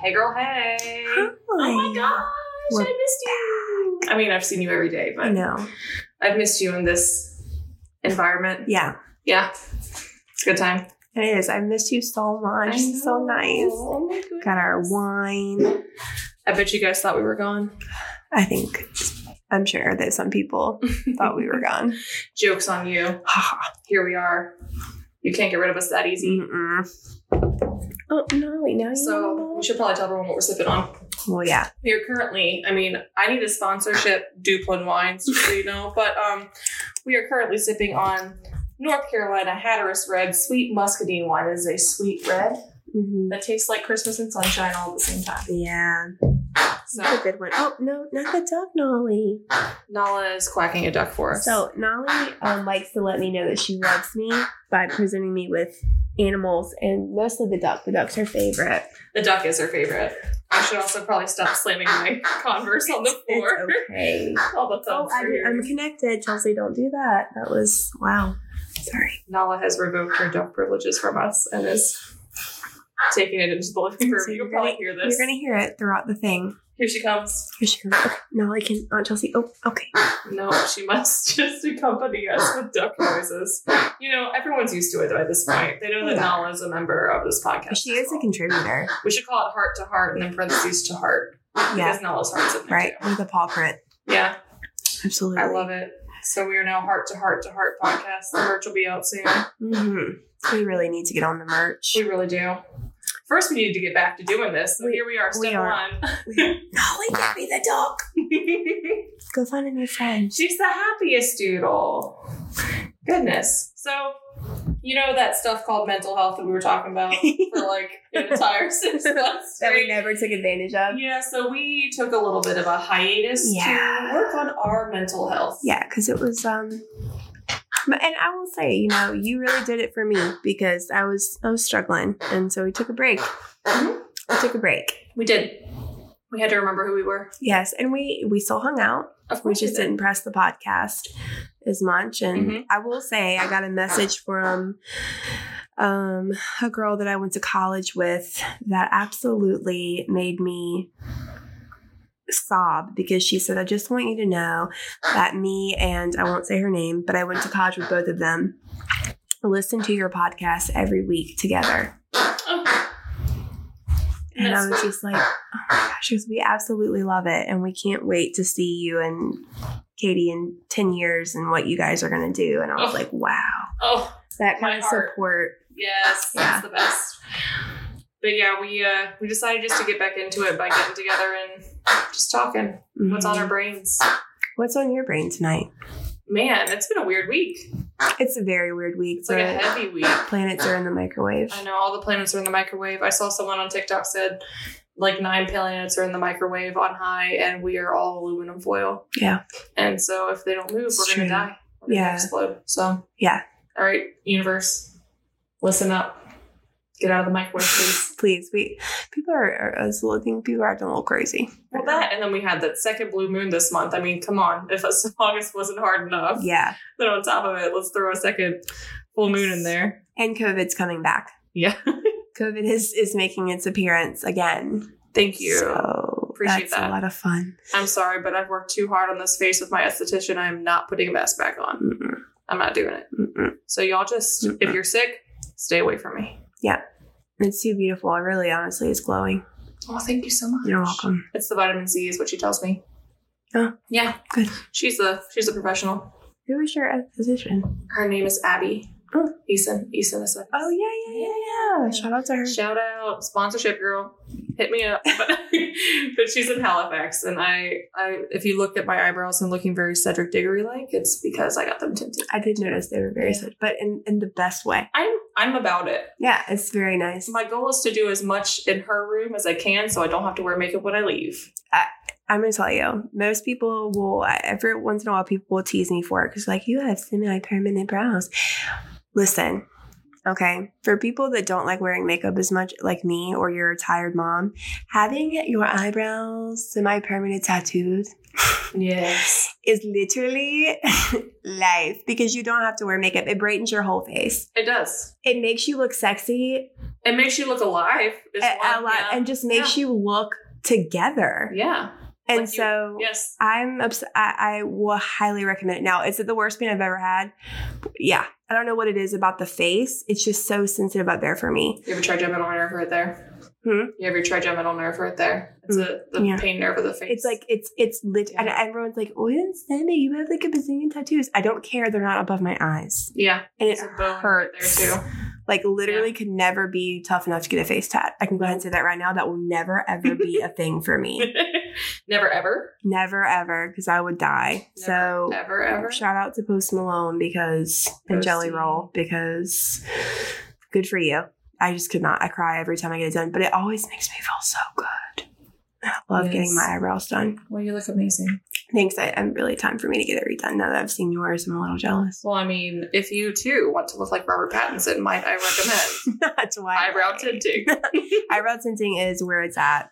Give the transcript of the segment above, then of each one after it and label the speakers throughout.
Speaker 1: Hey, girl, hey. Oh my gosh,
Speaker 2: We're
Speaker 1: I missed you. I mean, I've seen you every day,
Speaker 2: I
Speaker 1: but
Speaker 2: know.
Speaker 1: I've missed you in this environment.
Speaker 2: Yeah,
Speaker 1: Yeah. It's a good time.
Speaker 2: it is. I miss you so much.
Speaker 1: I
Speaker 2: It's so
Speaker 1: know.
Speaker 2: nice.
Speaker 1: Oh my goodness.
Speaker 2: Got our wine.
Speaker 1: I bet you guys thought we were gone.
Speaker 2: I think, I'm sure that some people thought we were gone.
Speaker 1: Joke's on you. Here we are. You can't get rid of us that easy.
Speaker 2: Mm-mm. Oh, no, wait, now you
Speaker 1: So we should probably tell everyone what we're sipping on.
Speaker 2: Well, yeah.
Speaker 1: We are currently, I mean, I need a sponsorship, Duplin Wines, just so you know, but um, we are currently sipping on North Carolina Hatteras Red Sweet Muscadine Wine. It is a sweet red
Speaker 2: Mhm.
Speaker 1: that tastes like Christmas and sunshine all at the same time.
Speaker 2: Yeah. That's a
Speaker 1: So
Speaker 2: good one. Oh, no, not the duck, Nolly.
Speaker 1: Nala is quacking a duck for us.
Speaker 2: So Nolly um, likes to let me know that she loves me by presenting me with animals and mostly the duck. The duck's her favorite.
Speaker 1: the duck is her favorite. I should also probably stop slamming my Converse on the floor.
Speaker 2: It's okay.
Speaker 1: All the
Speaker 2: Oh,
Speaker 1: thumbs
Speaker 2: I,
Speaker 1: are here.
Speaker 2: I'm connected. Chelsea, don't do that. That was wow. Sorry.
Speaker 1: Nala has revoked her duck privileges from us and is taking it into the living room.
Speaker 2: So
Speaker 1: You'll
Speaker 2: you're
Speaker 1: probably
Speaker 2: gonna-
Speaker 1: hear
Speaker 2: You're
Speaker 1: this.
Speaker 2: gonna hear it throughout the thing.
Speaker 1: Here she comes.
Speaker 2: Here she comes. Okay. Nolly can Aunt Chelsea. Oh, okay.
Speaker 1: No, she must just accompany us with duck noises. You know, everyone's used to it by this point. They know that Nala is a member of this podcast.
Speaker 2: She is a
Speaker 1: Well,
Speaker 2: contributor.
Speaker 1: We should call it heart to heart and then parentheses to heart.
Speaker 2: Yeah.
Speaker 1: Because Nala's heart's in there.
Speaker 2: Right.
Speaker 1: too.
Speaker 2: With a paw print.
Speaker 1: Yeah,
Speaker 2: Absolutely.
Speaker 1: I love it. So we are now heart to heart to heart podcast. The merch will be out soon.
Speaker 2: Mm-hmm. We really need to get on the merch.
Speaker 1: We really do. First, we needed to get back to doing this. So
Speaker 2: We-
Speaker 1: here we are,
Speaker 2: we
Speaker 1: step
Speaker 2: are.
Speaker 1: one.
Speaker 2: Nolly, give me the dog. Go find a new friend.
Speaker 1: She's the happiest doodle. Goodness. So, you know that stuff called mental health that we were talking about for like an entire six months
Speaker 2: that we
Speaker 1: straight?
Speaker 2: never took advantage of.
Speaker 1: Yeah, so we took a little bit of a hiatus
Speaker 2: Yeah.
Speaker 1: to work on our mental health.
Speaker 2: Yeah, because it was um but- and I will say, you know, you really did it for me because I was I was struggling. And so we took a break.
Speaker 1: Mhm.
Speaker 2: We took a break.
Speaker 1: We did. We had to remember who we were.
Speaker 2: Yes. And we we still hung out.
Speaker 1: Of
Speaker 2: We
Speaker 1: course,
Speaker 2: just
Speaker 1: we
Speaker 2: didn't press the podcast as much. And
Speaker 1: Mhm.
Speaker 2: I will say I got a message from um a girl that I went to college with that absolutely made me sob because she said, I just want you to know that me and I won't say her name, but I went to college with both of them. Listen to your podcast every week together.
Speaker 1: Oh,
Speaker 2: And I
Speaker 1: That's
Speaker 2: was just like, oh my gosh, because we absolutely love it. And we can't wait to see you and Katie in 10 years and what you guys are going to do. And I was
Speaker 1: Oh.
Speaker 2: like, wow,
Speaker 1: oh
Speaker 2: that kind
Speaker 1: My
Speaker 2: of
Speaker 1: heart.
Speaker 2: support.
Speaker 1: yes,
Speaker 2: Yeah.
Speaker 1: that's the best. But yeah, we uh, we decided just to get back into it by getting together and just talking. What's on
Speaker 2: Mhm.
Speaker 1: our brains?
Speaker 2: What's on your brain tonight?
Speaker 1: Man, it's been a weird week.
Speaker 2: It's a very weird week.
Speaker 1: It's like a
Speaker 2: but
Speaker 1: heavy week.
Speaker 2: planets are in the microwave.
Speaker 1: I know all the planets are in the microwave. I saw someone on TikTok said like nine planets are in the microwave on high, and we are all aluminum foil.
Speaker 2: Yeah.
Speaker 1: And so if they don't move,
Speaker 2: It's
Speaker 1: we're
Speaker 2: true.
Speaker 1: gonna die. We're gonna
Speaker 2: Yeah.
Speaker 1: explode. So
Speaker 2: Yeah.
Speaker 1: All right, universe, listen up. Get out of the microwave, please.
Speaker 2: Please, we people are, are I was think people are acting a little crazy.
Speaker 1: Well, that and then we had that second blue moon this month. I mean, come on. If August wasn't hard enough,
Speaker 2: yeah,
Speaker 1: then on top of it, let's throw a second full moon in there.
Speaker 2: and COVID's coming back.
Speaker 1: Yeah.
Speaker 2: COVID is is making its appearance again.
Speaker 1: Thank you.
Speaker 2: So
Speaker 1: Appreciate
Speaker 2: that's
Speaker 1: that.
Speaker 2: a lot of fun.
Speaker 1: I'm sorry, but I've worked too hard on this face with my esthetician. I am not putting a mask back on.
Speaker 2: Mm-mm,
Speaker 1: I'm not doing it.
Speaker 2: mm-mm.
Speaker 1: So y'all just,
Speaker 2: Mm-mm.
Speaker 1: if you're sick, stay away from me.
Speaker 2: It's too beautiful. It really, honestly, is glowing.
Speaker 1: Oh, thank you so much.
Speaker 2: You're welcome.
Speaker 1: It's the vitamin C, is what she tells me.
Speaker 2: Oh.
Speaker 1: yeah,
Speaker 2: Good.
Speaker 1: She's a she's a professional.
Speaker 2: Who is your physician?
Speaker 1: Her name is Abby.
Speaker 2: Oh.
Speaker 1: Eason Eason is a
Speaker 2: Oh yeah, yeah, yeah, yeah. Shout out to her.
Speaker 1: Shout out sponsorship girl, hit me up. But, but she's in Halifax, and I, I if you look at my eyebrows and looking very Cedric Diggory like, it's because I got them tinted.
Speaker 2: I did notice they were very
Speaker 1: Yeah.
Speaker 2: such, but in in the best way.
Speaker 1: I'm I'm about it.
Speaker 2: Yeah, it's very nice.
Speaker 1: My goal is to do as much in her room as I can so I don't have to wear makeup when I leave.
Speaker 2: I'm gonna tell you, most people will every once in a while people will tease me for it because like you have semi-permanent brows. Listen, okay, for people that don't like wearing makeup as much, like me, or you're a tired mom, having your eyebrows semi-permanent tattooed
Speaker 1: Yes.
Speaker 2: is literally life because you don't have to wear makeup. It brightens your whole face.
Speaker 1: It does.
Speaker 2: It makes you look sexy
Speaker 1: It makes you look alive. is
Speaker 2: a, a
Speaker 1: one-
Speaker 2: lot and just makes you look together.
Speaker 1: Yeah. yeah.
Speaker 2: And
Speaker 1: Like you-
Speaker 2: so
Speaker 1: Yes.
Speaker 2: I'm obs- I, I will highly recommend it. Now, is it the worst pain I've ever had? Yeah. I don't know what it is about the face. It's just so sensitive up there for me.
Speaker 1: You have a trigeminal nerve right there.
Speaker 2: Hmm?
Speaker 1: You have your trigeminal nerve right there. It's a, the
Speaker 2: Yeah.
Speaker 1: pain nerve of the face.
Speaker 2: It's like it's it's lit and everyone's like, Oh, you understand me, you have like a bazillion tattoos. I don't care, they're not above my eyes.
Speaker 1: yeah,
Speaker 2: And it
Speaker 1: it's a bone
Speaker 2: hurts.
Speaker 1: right there too.
Speaker 2: Like literally could never be tough enough to get a face tat. I can go ahead and say that right now. That will never ever be a thing for me.
Speaker 1: Never ever.
Speaker 2: Never ever, because I would die.
Speaker 1: Never,
Speaker 2: so
Speaker 1: ever ever.
Speaker 2: Shout out to Post Malone because and Jelly
Speaker 1: Posty.
Speaker 2: Roll because good for you. I just could not. I cry every time I get it done, but it always makes me feel so good. I love getting
Speaker 1: Yes.
Speaker 2: my eyebrows done.
Speaker 1: Well, you look amazing.
Speaker 2: Thanks. I, I'm really time for me to get it redone now that I've seen yours. I'm a little jealous.
Speaker 1: Well, I mean, if you too want to look like Robert Pattinson, might I recommend
Speaker 2: That's why
Speaker 1: eyebrow tinting?
Speaker 2: Eyebrow tinting is where it's at.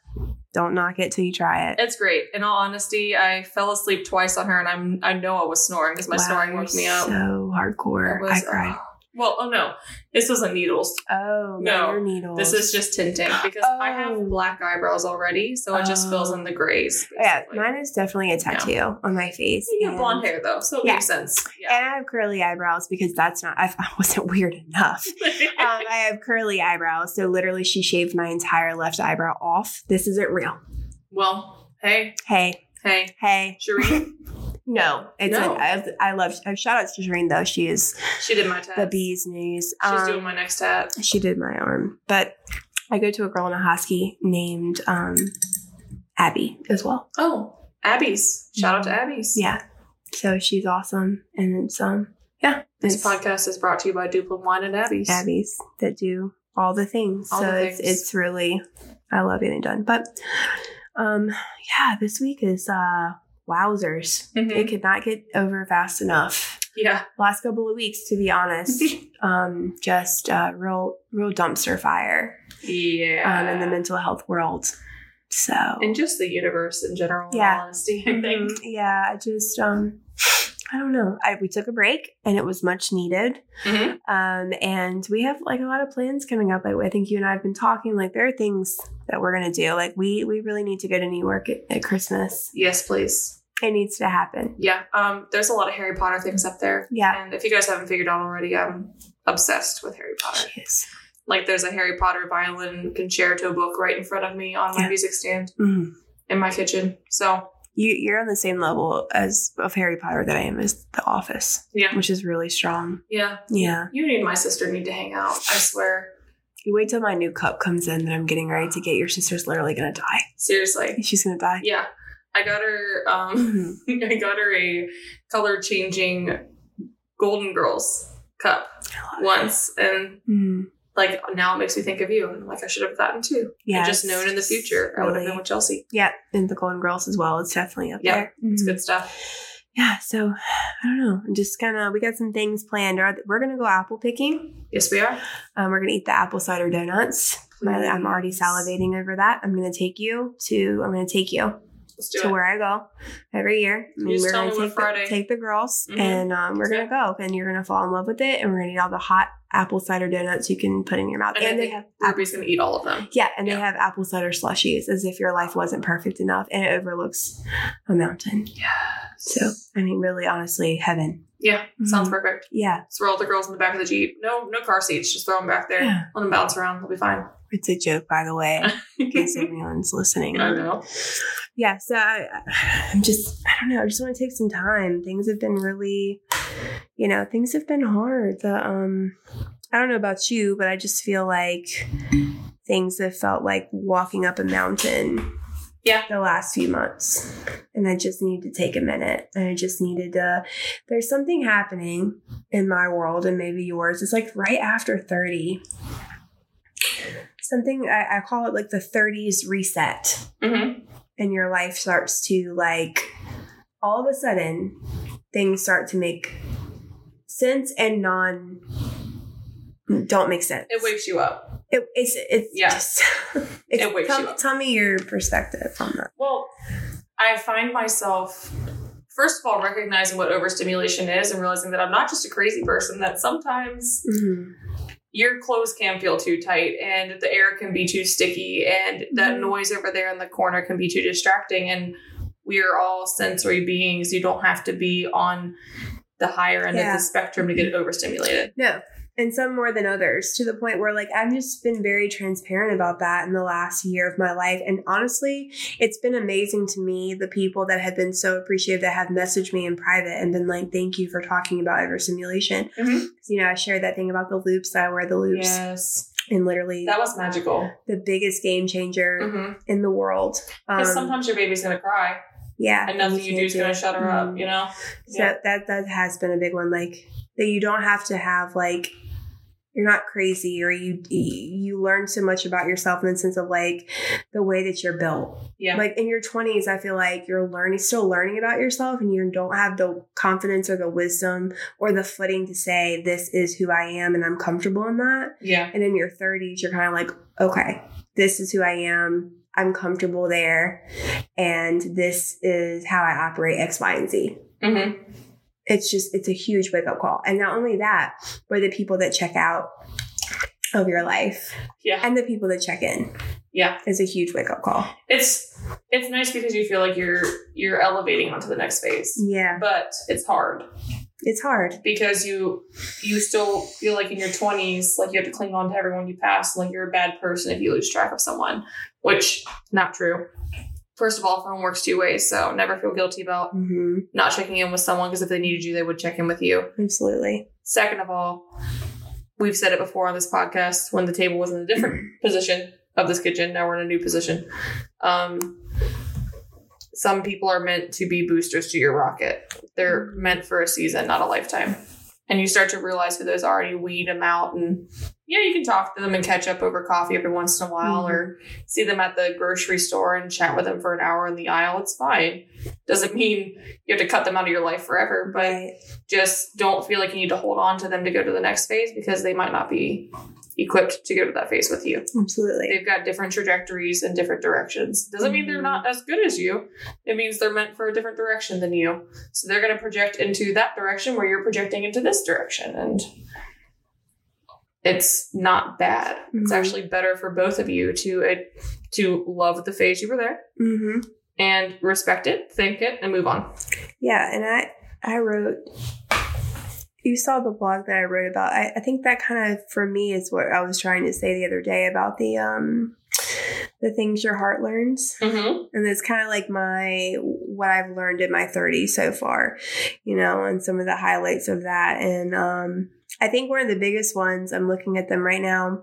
Speaker 2: Don't knock it till you try it.
Speaker 1: It's great. In all honesty, I fell asleep twice on her, and I'm I know I was snoring because my
Speaker 2: Wow,
Speaker 1: snoring
Speaker 2: you're
Speaker 1: woke me up.
Speaker 2: So hardcore.
Speaker 1: It was-
Speaker 2: I cried.
Speaker 1: well, oh no, this wasn't needles.
Speaker 2: Oh,
Speaker 1: No.
Speaker 2: no needles.
Speaker 1: This is just tinting because I
Speaker 2: Oh.
Speaker 1: have black eyebrows already, so it just fills in the grays.
Speaker 2: yeah.
Speaker 1: basically.
Speaker 2: Mine is definitely a tattoo on my face.
Speaker 1: You have
Speaker 2: and-
Speaker 1: blonde hair though, so it
Speaker 2: Yeah.
Speaker 1: makes sense. Yeah.
Speaker 2: And I have curly eyebrows because that's not, I, I wasn't weird enough. Um, I have curly eyebrows. So literally, she shaved my entire left eyebrow off. This isn't real.
Speaker 1: well, hey,
Speaker 2: Hey,
Speaker 1: hey,
Speaker 2: hey.
Speaker 1: Shereen,
Speaker 2: No, it's
Speaker 1: No.
Speaker 2: I I love, I shout out to Shireen though. She is
Speaker 1: she did my tat.
Speaker 2: the bee's knees.
Speaker 1: She's
Speaker 2: Um,
Speaker 1: doing my next tat.
Speaker 2: she did my arm. But I go to a girl in a husky named um, Abby as well.
Speaker 1: Oh, Abby's. Shout out to
Speaker 2: Mm.
Speaker 1: Abby's.
Speaker 2: Yeah. So she's awesome. And it's, um, yeah.
Speaker 1: This
Speaker 2: it's-
Speaker 1: podcast is brought to you by Duplin Wine and Abby's.
Speaker 2: Abbeys that do all the things.
Speaker 1: All
Speaker 2: so
Speaker 1: the
Speaker 2: it's
Speaker 1: things.
Speaker 2: it's really I love getting it done. But um yeah, this week is uh wowzers.
Speaker 1: Mhm.
Speaker 2: It could not get over fast enough.
Speaker 1: Yeah.
Speaker 2: Last couple of weeks, to be honest, um, just uh, real real dumpster fire
Speaker 1: Yeah.
Speaker 2: um, in the mental health world. So
Speaker 1: and just the universe in general, in
Speaker 2: Yeah.
Speaker 1: all honesty, I think.
Speaker 2: Mhm. yeah, I just um I don't know. I, we took a break and it was much needed.
Speaker 1: Mhm.
Speaker 2: Um, and we have like a lot of plans coming up. Like I think you and I have been talking. Like there are things that we're gonna do. Like we we really need to go to New York at, at Christmas.
Speaker 1: Yes, please.
Speaker 2: It needs to happen.
Speaker 1: Yeah. Um, there's a lot of Harry Potter things up there.
Speaker 2: Yeah.
Speaker 1: And if you guys haven't figured out already, I'm obsessed with Harry Potter.
Speaker 2: Jeez.
Speaker 1: Like there's a Harry Potter violin concerto book right in front of me on my
Speaker 2: Yeah.
Speaker 1: music stand
Speaker 2: Mm.
Speaker 1: in my kitchen. So
Speaker 2: You you're on the same level as of Harry Potter that I am as The Office,
Speaker 1: yeah,
Speaker 2: which is really strong.
Speaker 1: yeah.
Speaker 2: Yeah.
Speaker 1: You and my sister need to hang out. I swear,
Speaker 2: You wait till my new cup comes in that I'm getting ready to get. Your sister's literally gonna die.
Speaker 1: seriously.
Speaker 2: She's gonna die.
Speaker 1: Yeah, I got her. Um,
Speaker 2: Mhm.
Speaker 1: I got her a color changing Golden Girls cup
Speaker 2: I love it.
Speaker 1: once, and
Speaker 2: Mhm.
Speaker 1: like now it makes me think of you, and I'm like I should have gotten two. Yeah,
Speaker 2: Yes.
Speaker 1: just known in the future, I would have
Speaker 2: Really.
Speaker 1: been with Chelsea.
Speaker 2: Yeah, and the Golden Girls as well. It's definitely up
Speaker 1: Yeah,
Speaker 2: there.
Speaker 1: It's
Speaker 2: Mhm.
Speaker 1: good stuff.
Speaker 2: Yeah, so I don't know. I'm just gonna. We got some things planned. Are- We're gonna go apple picking.
Speaker 1: Yes, we are.
Speaker 2: Um, we're gonna eat the apple cider donuts. My- I'm already
Speaker 1: Please.
Speaker 2: salivating over that. I'm gonna take you to. I'm gonna take you
Speaker 1: Let's do
Speaker 2: to
Speaker 1: it.
Speaker 2: where I go every year. I mean,
Speaker 1: just
Speaker 2: we're
Speaker 1: tell
Speaker 2: gonna
Speaker 1: me what
Speaker 2: take the,
Speaker 1: Friday.
Speaker 2: take the girls,
Speaker 1: Mhm.
Speaker 2: and um, we're
Speaker 1: Yeah.
Speaker 2: gonna go, and you're gonna fall in love with it, and we're gonna eat all the hot apple cider donuts you can put in your mouth,
Speaker 1: And
Speaker 2: and,
Speaker 1: I
Speaker 2: they
Speaker 1: think
Speaker 2: have. apple
Speaker 1: Ruby's gonna eat all of them.
Speaker 2: yeah, and
Speaker 1: Yeah.
Speaker 2: they have apple cider slushies as if your life wasn't perfect enough and it overlooks a mountain.
Speaker 1: Yeah.
Speaker 2: So, I mean, really, honestly, heaven.
Speaker 1: Yeah, sounds
Speaker 2: Mhm.
Speaker 1: perfect.
Speaker 2: Yeah,
Speaker 1: Just throw all the girls in the back of the jeep. No, no car seats. Just throw them back there.
Speaker 2: Yeah.
Speaker 1: Let them bounce around. They'll be fine.
Speaker 2: It's a joke, by the way, in case anyone's listening.
Speaker 1: I know.
Speaker 2: Yeah, so I, I'm just, I don't know. I just want to take some time. Things have been really, you know, things have been hard. The, um, I don't know about you, but I just feel like things have felt like walking up a mountain.
Speaker 1: Yeah.
Speaker 2: The last few months. And I just need to take a minute. And I just needed to, there's something happening in my world and maybe yours. It's like right after 30. Something I, I call it like the 30s reset
Speaker 1: Mm-hmm.
Speaker 2: and your life starts to like all of a sudden things start to make sense and non don't make sense.
Speaker 1: It wakes you up.
Speaker 2: It- it's it's
Speaker 1: Yeah.
Speaker 2: just it's,
Speaker 1: It wakes
Speaker 2: tell,
Speaker 1: you up.
Speaker 2: tell me your perspective on that.
Speaker 1: Well, I find myself, first of all, recognizing what overstimulation is and realizing that I'm not just a crazy person, that sometimes
Speaker 2: Mhm.
Speaker 1: your clothes can feel too tight and the air can be too sticky and that
Speaker 2: Mhm.
Speaker 1: noise over there in the corner can be too distracting. And we are all sensory beings. You don't have to be on the higher end of
Speaker 2: Yeah.
Speaker 1: the spectrum to get overstimulated.
Speaker 2: No. And some more than others to the point where, like, I've just been very transparent about that in the last year of my life. And honestly, it's been amazing to me the people that have been so appreciative that have messaged me in private and been like, thank you for talking about overstimulation.
Speaker 1: Mhm.
Speaker 2: Because, you know, I shared that thing about the loops that I wear the loops
Speaker 1: Yes.
Speaker 2: and literally
Speaker 1: That was magical.
Speaker 2: the biggest game changer
Speaker 1: Because
Speaker 2: in the world. Um,
Speaker 1: sometimes your baby's going to cry
Speaker 2: yeah.
Speaker 1: and nothing you do Mm-hmm. is going to shut her up,
Speaker 2: Mhm.
Speaker 1: you know?
Speaker 2: So that that has been a big one. Like that you don't have to have like you're not crazy or you you learn so much about yourself in the sense of like the way that you're built.
Speaker 1: Yeah.
Speaker 2: Like in your 20s, I feel like you're learning still learning about yourself and you don't have the confidence or the wisdom or the footing to say this is who I am and I'm comfortable in that.
Speaker 1: yeah.
Speaker 2: And in your 30s, you're kind of like, okay, this is who I am. I'm comfortable there. And this is how I operate X, Y, and Z
Speaker 1: hmm
Speaker 2: it's just it's a huge wake up call and not only that but the people that check out of your life
Speaker 1: Yeah.
Speaker 2: and the people that check in
Speaker 1: Yeah.
Speaker 2: is a huge wake up call
Speaker 1: It's it's nice because you feel like you're you're elevating onto the next phase.
Speaker 2: yeah
Speaker 1: But it's hard
Speaker 2: it's hard
Speaker 1: because you you still feel like in your 20s like you have to cling on to everyone you pass and like you're a bad person if you lose track of someone, which not true. First of all, phone works two ways, so never feel guilty about
Speaker 2: hmm
Speaker 1: not checking in with someone because if they needed you, they would check in with you.
Speaker 2: absolutely
Speaker 1: Second of all, we've said it before on this podcast when the table was in a different position of this kitchen. Now we're in a new position. Um, some people are meant to be boosters to your rocket. They're meant for a season, not a lifetime. And you start to realize who those are, and you weed them out. And yeah, you can talk to them and catch up over coffee every once in a while, or see them at the grocery store and chat with them for an hour in the aisle. It's fine. Doesn't mean you have to cut them out of your life forever, but
Speaker 2: right
Speaker 1: just don't feel like you need to hold on to them to go to the next phase because they might not be equipped to go to that phase with you.
Speaker 2: absolutely
Speaker 1: They've got different trajectories and different directions. Doesn't mean they're
Speaker 2: Mhm.
Speaker 1: not as good as you. It means they're meant for a different direction than you. So they're going to project into that direction where you're projecting into this direction and it's not bad. It's
Speaker 2: Mhm.
Speaker 1: actually better for both of you to it, to love the phase you were there
Speaker 2: hmm
Speaker 1: and respect it, thank it and move on.
Speaker 2: yeah and i i wrote you saw the blog that i wrote about I, I think that kind of for me is what i was trying to say the other day about the um the things your heart learns
Speaker 1: Mhm.
Speaker 2: And that's kind of like my what I've learned in my 30s so far, you know, and some of the highlights of that. And um, I think one of the biggest ones, I'm looking at them right now,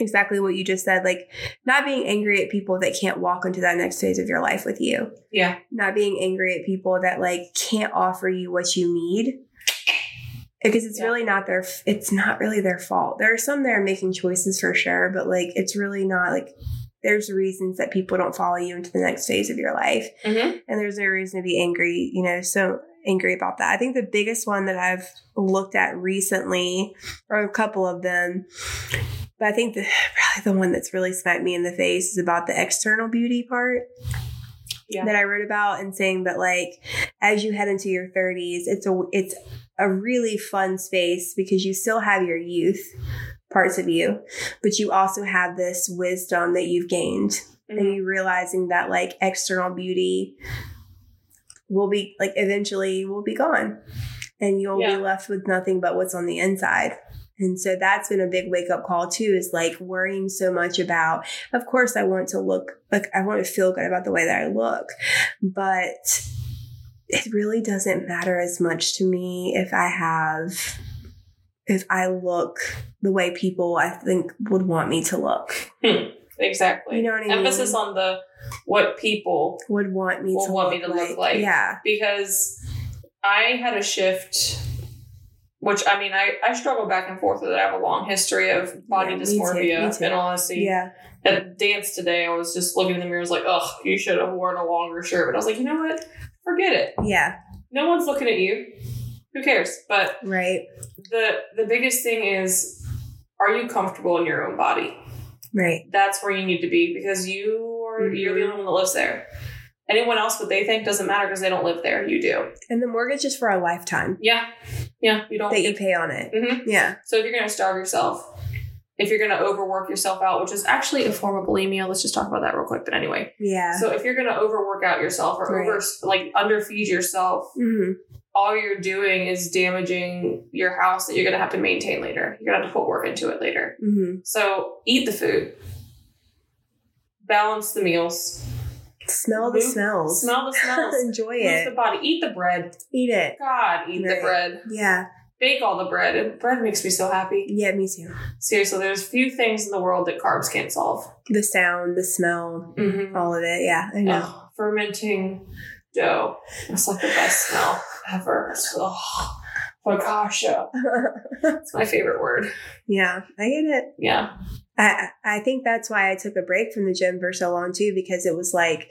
Speaker 2: exactly what you just said, like not being angry at people that can't walk into that next phase of your life with you,
Speaker 1: Yeah.
Speaker 2: not being angry at people that like can't offer you what you need. Because it's
Speaker 1: Yeah.
Speaker 2: really not their, it's not really their fault. There are some that are making choices for sure, but like it's really not like there's reasons that people don't follow you into the next phase of your life
Speaker 1: Mhm.
Speaker 2: and there's no reason to be angry you know so angry about that i think the biggest one that i've looked at recently or a couple of them but i think the probably the one that's really smacked me in the face is about the external beauty part
Speaker 1: Yeah.
Speaker 2: that i wrote about and saying that like as you head into your 30s it's a it's a really fun space because you still have your youth parts of you but you also have this wisdom that you've gained
Speaker 1: Mm-hmm.
Speaker 2: and you realizing that like external beauty will be like eventually will be gone and you'll
Speaker 1: Yeah.
Speaker 2: be left with nothing but what's on the inside and so that's been a big wake up call too is like worrying so much about of course i want to look like i want to feel good about the way that i look but it really doesn't matter as much to me if i have if i look the way people i think would want me to look
Speaker 1: Exactly.
Speaker 2: You know what I
Speaker 1: Emphasis
Speaker 2: mean?
Speaker 1: on the what people
Speaker 2: would want me
Speaker 1: Would
Speaker 2: to
Speaker 1: want
Speaker 2: look
Speaker 1: me to
Speaker 2: like.
Speaker 1: look like.
Speaker 2: Yeah.
Speaker 1: because I had a shift which I mean I, I struggle back and forth with it. I have a long history of body
Speaker 2: Yeah, me too, me
Speaker 1: dysphoria
Speaker 2: too.
Speaker 1: and honesty.
Speaker 2: Yeah.
Speaker 1: At dance today I was just looking in the mirror, I was like, Ugh, you should have worn a longer shirt. But I was like, you know what? Forget it.
Speaker 2: Yeah.
Speaker 1: No one's looking at you. Who cares? But
Speaker 2: Right.
Speaker 1: the the biggest thing is are you comfortable in your own body?
Speaker 2: Right.
Speaker 1: That's where you need to be because you are you're the
Speaker 2: Mhm.
Speaker 1: only one that lives there. Anyone else what they think doesn't matter because they don't live there. You do.
Speaker 2: And the mortgage is for a lifetime
Speaker 1: Yeah. Yeah. You don't.
Speaker 2: that you pay on it.
Speaker 1: Mhm.
Speaker 2: Yeah.
Speaker 1: So if you're going to starve yourself, if you're going to overwork yourself out, which is actually a form of bulimia, let's just talk about that real quick. But anyway,
Speaker 2: Yeah.
Speaker 1: so if you're going to overwork out yourself or
Speaker 2: Right.
Speaker 1: over like underfeed yourself,
Speaker 2: hmm
Speaker 1: all you're doing is damaging your house that you're going to have to maintain later. You're going to have to put work into it later.
Speaker 2: hmm
Speaker 1: So eat the food, balance the meals,
Speaker 2: Smell the
Speaker 1: Move-
Speaker 2: smells.
Speaker 1: smell the smells,
Speaker 2: Enjoy
Speaker 1: move the
Speaker 2: it.
Speaker 1: body, eat the bread.
Speaker 2: Eat it.
Speaker 1: God, eat the
Speaker 2: Right.
Speaker 1: bread.
Speaker 2: Yeah.
Speaker 1: Bake all the bread. And bread makes me so happy.
Speaker 2: Yeah, me too.
Speaker 1: Seriously, there's few things in the world that carbs can't solve.
Speaker 2: The sound, the smell,
Speaker 1: Mm-hmm.
Speaker 2: all of it. Yeah, I know.
Speaker 1: Ugh, fermenting dough. It's like the best smell ever. Oh, focaccia. It's my favorite word.
Speaker 2: yeah, I get it.
Speaker 1: Yeah.
Speaker 2: I I think that's why I took a break from the gym for so long too, because it was like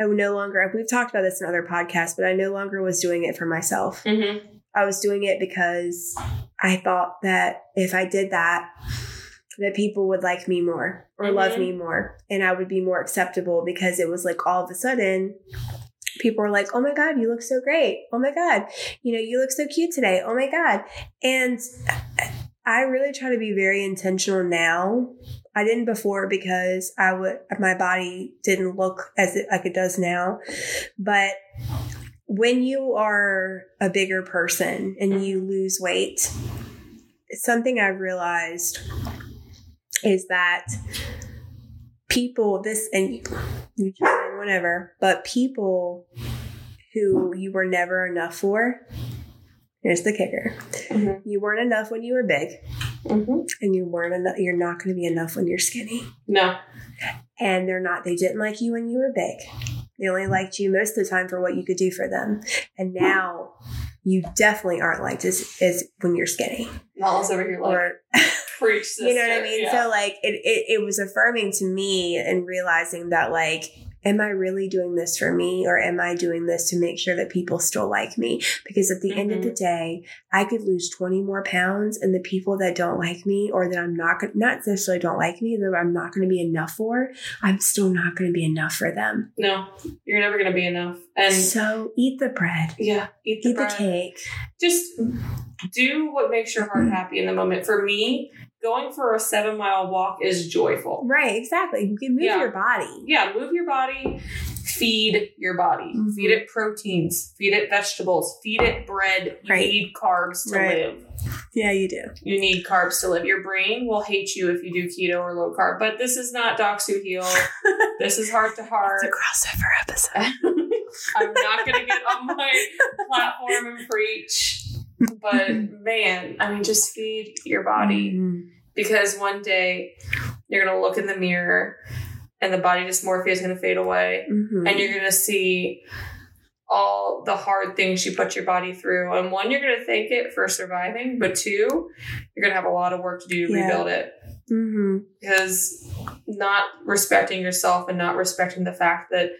Speaker 2: I would no longer. We've talked about this in other podcasts, but I no longer was doing it for myself.
Speaker 1: Mm-hmm.
Speaker 2: I was doing it because I thought that if I did that, that people would like me more or love
Speaker 1: Mhm.
Speaker 2: me more, and I would be more acceptable because it was like all of a sudden. People were like, oh my God, you look so great. Oh my God, you know, you look so cute today. Oh my God. And I really try to be very intentional now. I didn't before because I would my body didn't look as it, like it does now. But when you are a bigger person and you lose weight, something I've realized is that people this and you can whatever, but people who you were never enough for. Here's the kicker:
Speaker 1: Mm-hmm.
Speaker 2: you weren't enough when you were big
Speaker 1: Mm-hmm.
Speaker 2: and you weren't enough you're not going to be enough when you're skinny
Speaker 1: No.
Speaker 2: and they're not they didn't like you when you were big they only liked you most of the time for what you could do for them and now you definitely aren't liked as, as when you're skinny
Speaker 1: Nala's over here like
Speaker 2: or
Speaker 1: preach sister.
Speaker 2: you know what i mean
Speaker 1: Yeah.
Speaker 2: so like it, it, it was affirming to me and realizing that like am i really doing this for me or am i doing this to make sure that people still like me because at the end of the
Speaker 1: Mm-hmm.
Speaker 2: day i could lose 20 more pounds and the people that don't like me or that i'm not gonna not necessarily don't like me that i'm not going to be enough for i'm still not going to be enough for them
Speaker 1: no, you're never gonna be enough. And
Speaker 2: so eat the bread
Speaker 1: yeah, eat the
Speaker 2: eat
Speaker 1: bread.
Speaker 2: the cake
Speaker 1: Just do what makes your heart happy in the moment. For me, going for a seven mile walk is joyful.
Speaker 2: right exactly you can move
Speaker 1: Yeah.
Speaker 2: your body
Speaker 1: yeah, move your body, feed your body,
Speaker 2: Mhm.
Speaker 1: feed it proteins, feed it vegetables, feed it bread. You
Speaker 2: Right.
Speaker 1: need carbs to
Speaker 2: Right.
Speaker 1: live.
Speaker 2: yeah you do
Speaker 1: You need carbs to live. Your brain will hate you if you do keto or low carb, but this is not Doxu Heal. this is heart to
Speaker 2: it's a
Speaker 1: heart.
Speaker 2: crossover episode
Speaker 1: I'm not going to get on my platform and preach, but man, I mean, just feed your body
Speaker 2: Mhm.
Speaker 1: because one day you're going to look in the mirror and the body dysmorphia is going to fade away
Speaker 2: Mhm.
Speaker 1: and you're gonna see all the hard things you put your body through. And one, you're gonna thank it for surviving, but two, you're gonna have a lot of work to do to
Speaker 2: Yeah.
Speaker 1: rebuild it.
Speaker 2: Mhm.
Speaker 1: Because not respecting yourself and not respecting the fact that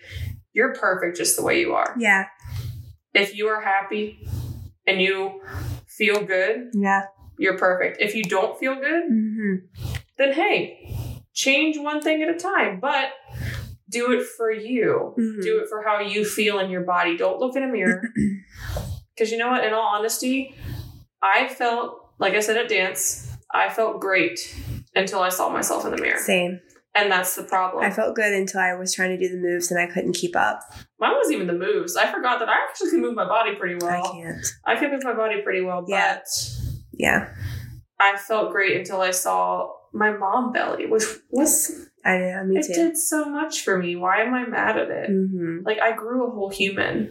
Speaker 1: you're perfect just the way you are.
Speaker 2: Yeah,
Speaker 1: If you are happy and you feel good,
Speaker 2: yeah.
Speaker 1: you're perfect. If you don't feel good,
Speaker 2: Mm-hmm.
Speaker 1: then hey, change one thing at a time, but do it for you.
Speaker 2: Mhm.
Speaker 1: Do it for how you feel in your body. Don't look in a mirror. Because you know what? In all honesty, I felt, like I said at dance, I felt great until I saw myself in the mirror.
Speaker 2: Same.
Speaker 1: And that's the problem.
Speaker 2: I felt good until I was trying to do the moves and I couldn't keep up.
Speaker 1: Mine was even the moves. I forgot that I actually can move my body pretty
Speaker 2: I
Speaker 1: well.
Speaker 2: can't.
Speaker 1: I can move my body pretty well,
Speaker 2: Yeah.
Speaker 1: but
Speaker 2: Yeah,
Speaker 1: I felt great until I saw my mom belly, which was,
Speaker 2: I know. Me
Speaker 1: it
Speaker 2: too.
Speaker 1: did so much for me. Why am I mad at it?
Speaker 2: Mm-hmm.
Speaker 1: Like I grew a whole human.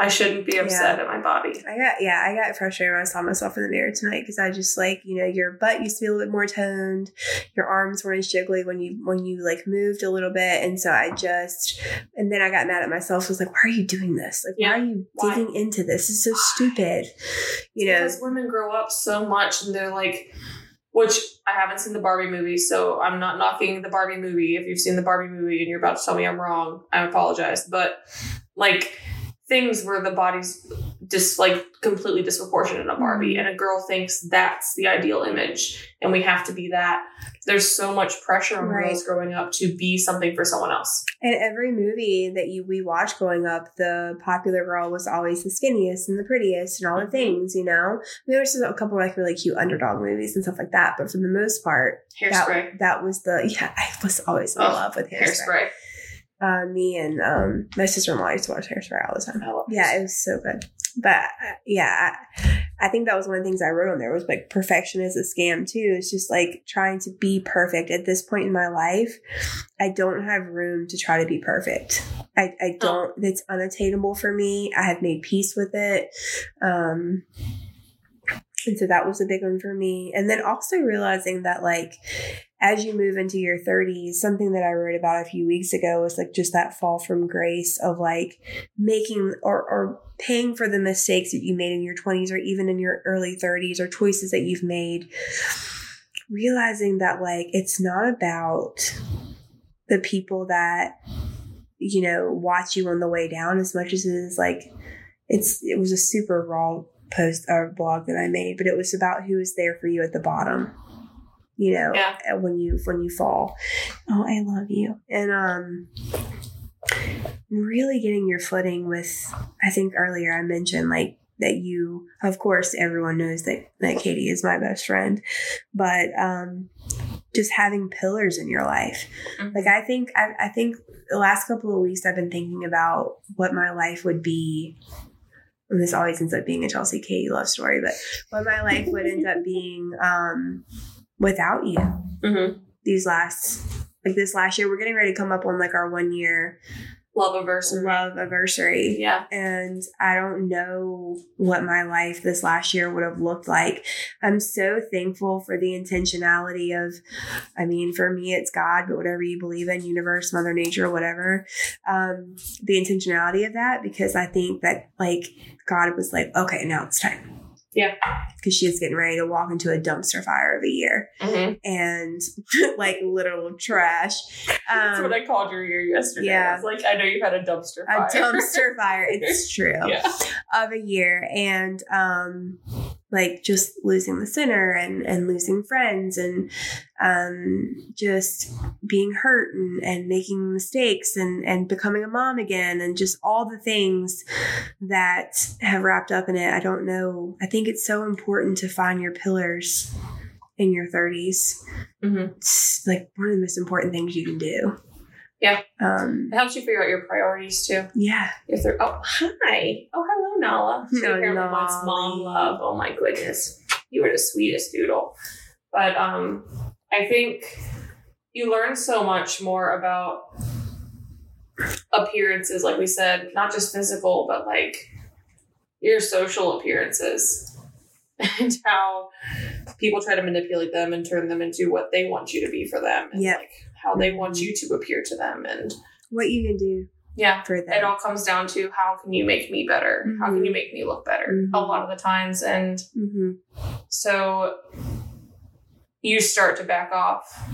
Speaker 1: I shouldn't be upset at my body.
Speaker 2: I got yeah, I got frustrated when I saw myself in the mirror tonight because I just like you know your butt used to be a little bit more toned, your arms weren't as jiggly when you when you like moved a little bit, and so I just and then I got mad at myself. I was like, why are you doing this? Like,
Speaker 1: Yeah.
Speaker 2: why are you
Speaker 1: Why?
Speaker 2: digging into this? It's so stupid. You know.
Speaker 1: Because women grow up so much and they're like, which I haven't seen the Barbie movie, so I'm not knocking the Barbie movie. If you've seen the Barbie movie and you're about to tell me I'm wrong, I apologize. But like things where the body's just like completely disproportionate on Barbie,
Speaker 2: Mm-hmm.
Speaker 1: and a girl thinks that's the ideal image, and we have to be that. There's so much pressure on
Speaker 2: Right.
Speaker 1: girls growing up to be something for someone else.
Speaker 2: And every movie that you we watched growing up, the popular girl was always the skinniest and the prettiest and all the things, you know. There was a couple like really cute underdog movies and stuff like that, but for the most part,
Speaker 1: Hairspray,
Speaker 2: that that was the yeah. I was always in
Speaker 1: Oh,
Speaker 2: love with hairspray.
Speaker 1: hairspray.
Speaker 2: Uh, me and um, my sister in law used to watch hairspray all the time.
Speaker 1: I love
Speaker 2: Yeah, it was so good. But uh, yeah, I, I think that was one of the things I wrote on there was like perfection is a scam too. It's just like trying to be perfect at this point in my life. I don't have room to try to be perfect. I, I don't. That's unattainable for me. I have made peace with it. Um, and so that was a big one for me. And then also realizing that, like, as you move into your 30s, something that I wrote about a few weeks ago was like just that fall from grace of like making or, or paying for the mistakes that you made in your 20s or even in your early 30s or choices that you've made. Realizing that, like, it's not about the people that, you know, watch you on the way down as much as it is like, it's, it was a super raw post or blog that I made, but it was about who is there for you at the bottom. You know,
Speaker 1: Yeah.
Speaker 2: uh, when you when you fall. Oh, I love you. And um really getting your footing with I think earlier I mentioned like that you of course everyone knows that that Katie is my best friend, but um just having pillars in your life.
Speaker 1: Mhm.
Speaker 2: Like I think I, I think the last couple of weeks I've been thinking about what my life would be and this always ends up being a Chelsea Katie love story, but what my life would end up being um, without you
Speaker 1: Mhm.
Speaker 2: these last like this last year we're getting ready to come up on like our one year
Speaker 1: Love a verse.
Speaker 2: love anniversary
Speaker 1: Yeah.
Speaker 2: and i don't know what my life this last year would have looked like i'm so thankful for the intentionality of i mean for me it's god but whatever you believe in universe mother nature whatever um the intentionality of that because i think that like god was like okay now it's time
Speaker 1: Yeah.
Speaker 2: because she was getting ready to walk into a dumpster fire of a year
Speaker 1: Mhm.
Speaker 2: and like literal trash.
Speaker 1: That's
Speaker 2: Um,
Speaker 1: what I called your year yesterday.
Speaker 2: yeah.
Speaker 1: I was like, I know you've had a dumpster
Speaker 2: a
Speaker 1: fire.
Speaker 2: dumpster fire. It's true
Speaker 1: yeah.
Speaker 2: of a year, and um, like just losing the center and and losing friends and um, just being hurt and, and making mistakes and and becoming a mom again and just all the things that have wrapped up in it. I don't know. I think it's so important to find your pillars in your thirties.
Speaker 1: hmm
Speaker 2: It's like one of the most important things you can do.
Speaker 1: Yeah.
Speaker 2: Um,
Speaker 1: It helps you figure out your priorities too.
Speaker 2: yeah.
Speaker 1: If they're oh hi oh hello Nala. She
Speaker 2: Hello,
Speaker 1: apparently wants mom
Speaker 2: Nolly.
Speaker 1: love. Oh my goodness, you were the sweetest doodle. But um, I think you learn so much more about appearances, like we said, not just physical, but like your social appearances and how people try to manipulate them and turn them into what they want you to be for them, and
Speaker 2: Yeah.
Speaker 1: like how they want you to appear to them, and
Speaker 2: What you can do
Speaker 1: yeah
Speaker 2: for them.
Speaker 1: it all comes down to how can you make me better? How can
Speaker 2: Mhm.
Speaker 1: you make me look better?
Speaker 2: Mhm.
Speaker 1: A lot of the times. And
Speaker 2: hmm
Speaker 1: so you start to back off.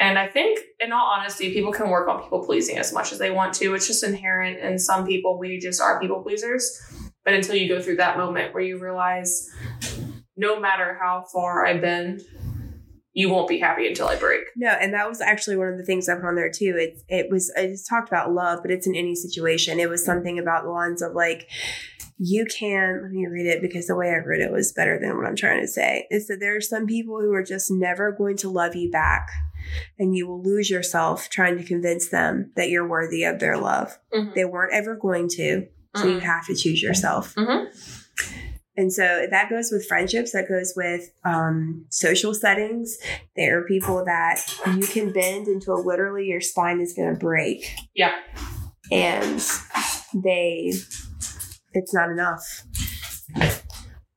Speaker 1: And I think, in all honesty, people can work on people pleasing as much as they want to. It's just inherent in some people. We just are people pleasers. But until you go through that moment where you realize no matter how far I bend, you won't be happy until I break.
Speaker 2: No, and that was actually one of the things I put on there too. It it was I just talked about love, but it's in any situation. It was something about the lines of like you can let me read it because the way I wrote it was better than what I'm trying to say. Is that there are some people who are just never going to love you back and you will lose yourself trying to convince them that you're worthy of their love.
Speaker 1: Mhm.
Speaker 2: They weren't ever going to. So you
Speaker 1: Mhm.
Speaker 2: have to choose yourself.
Speaker 1: Mhm.
Speaker 2: And so that goes with friendships, that goes with um, social settings. There are people that you can bend until literally your spine is going to break.
Speaker 1: Yeah.
Speaker 2: And they, it's not enough.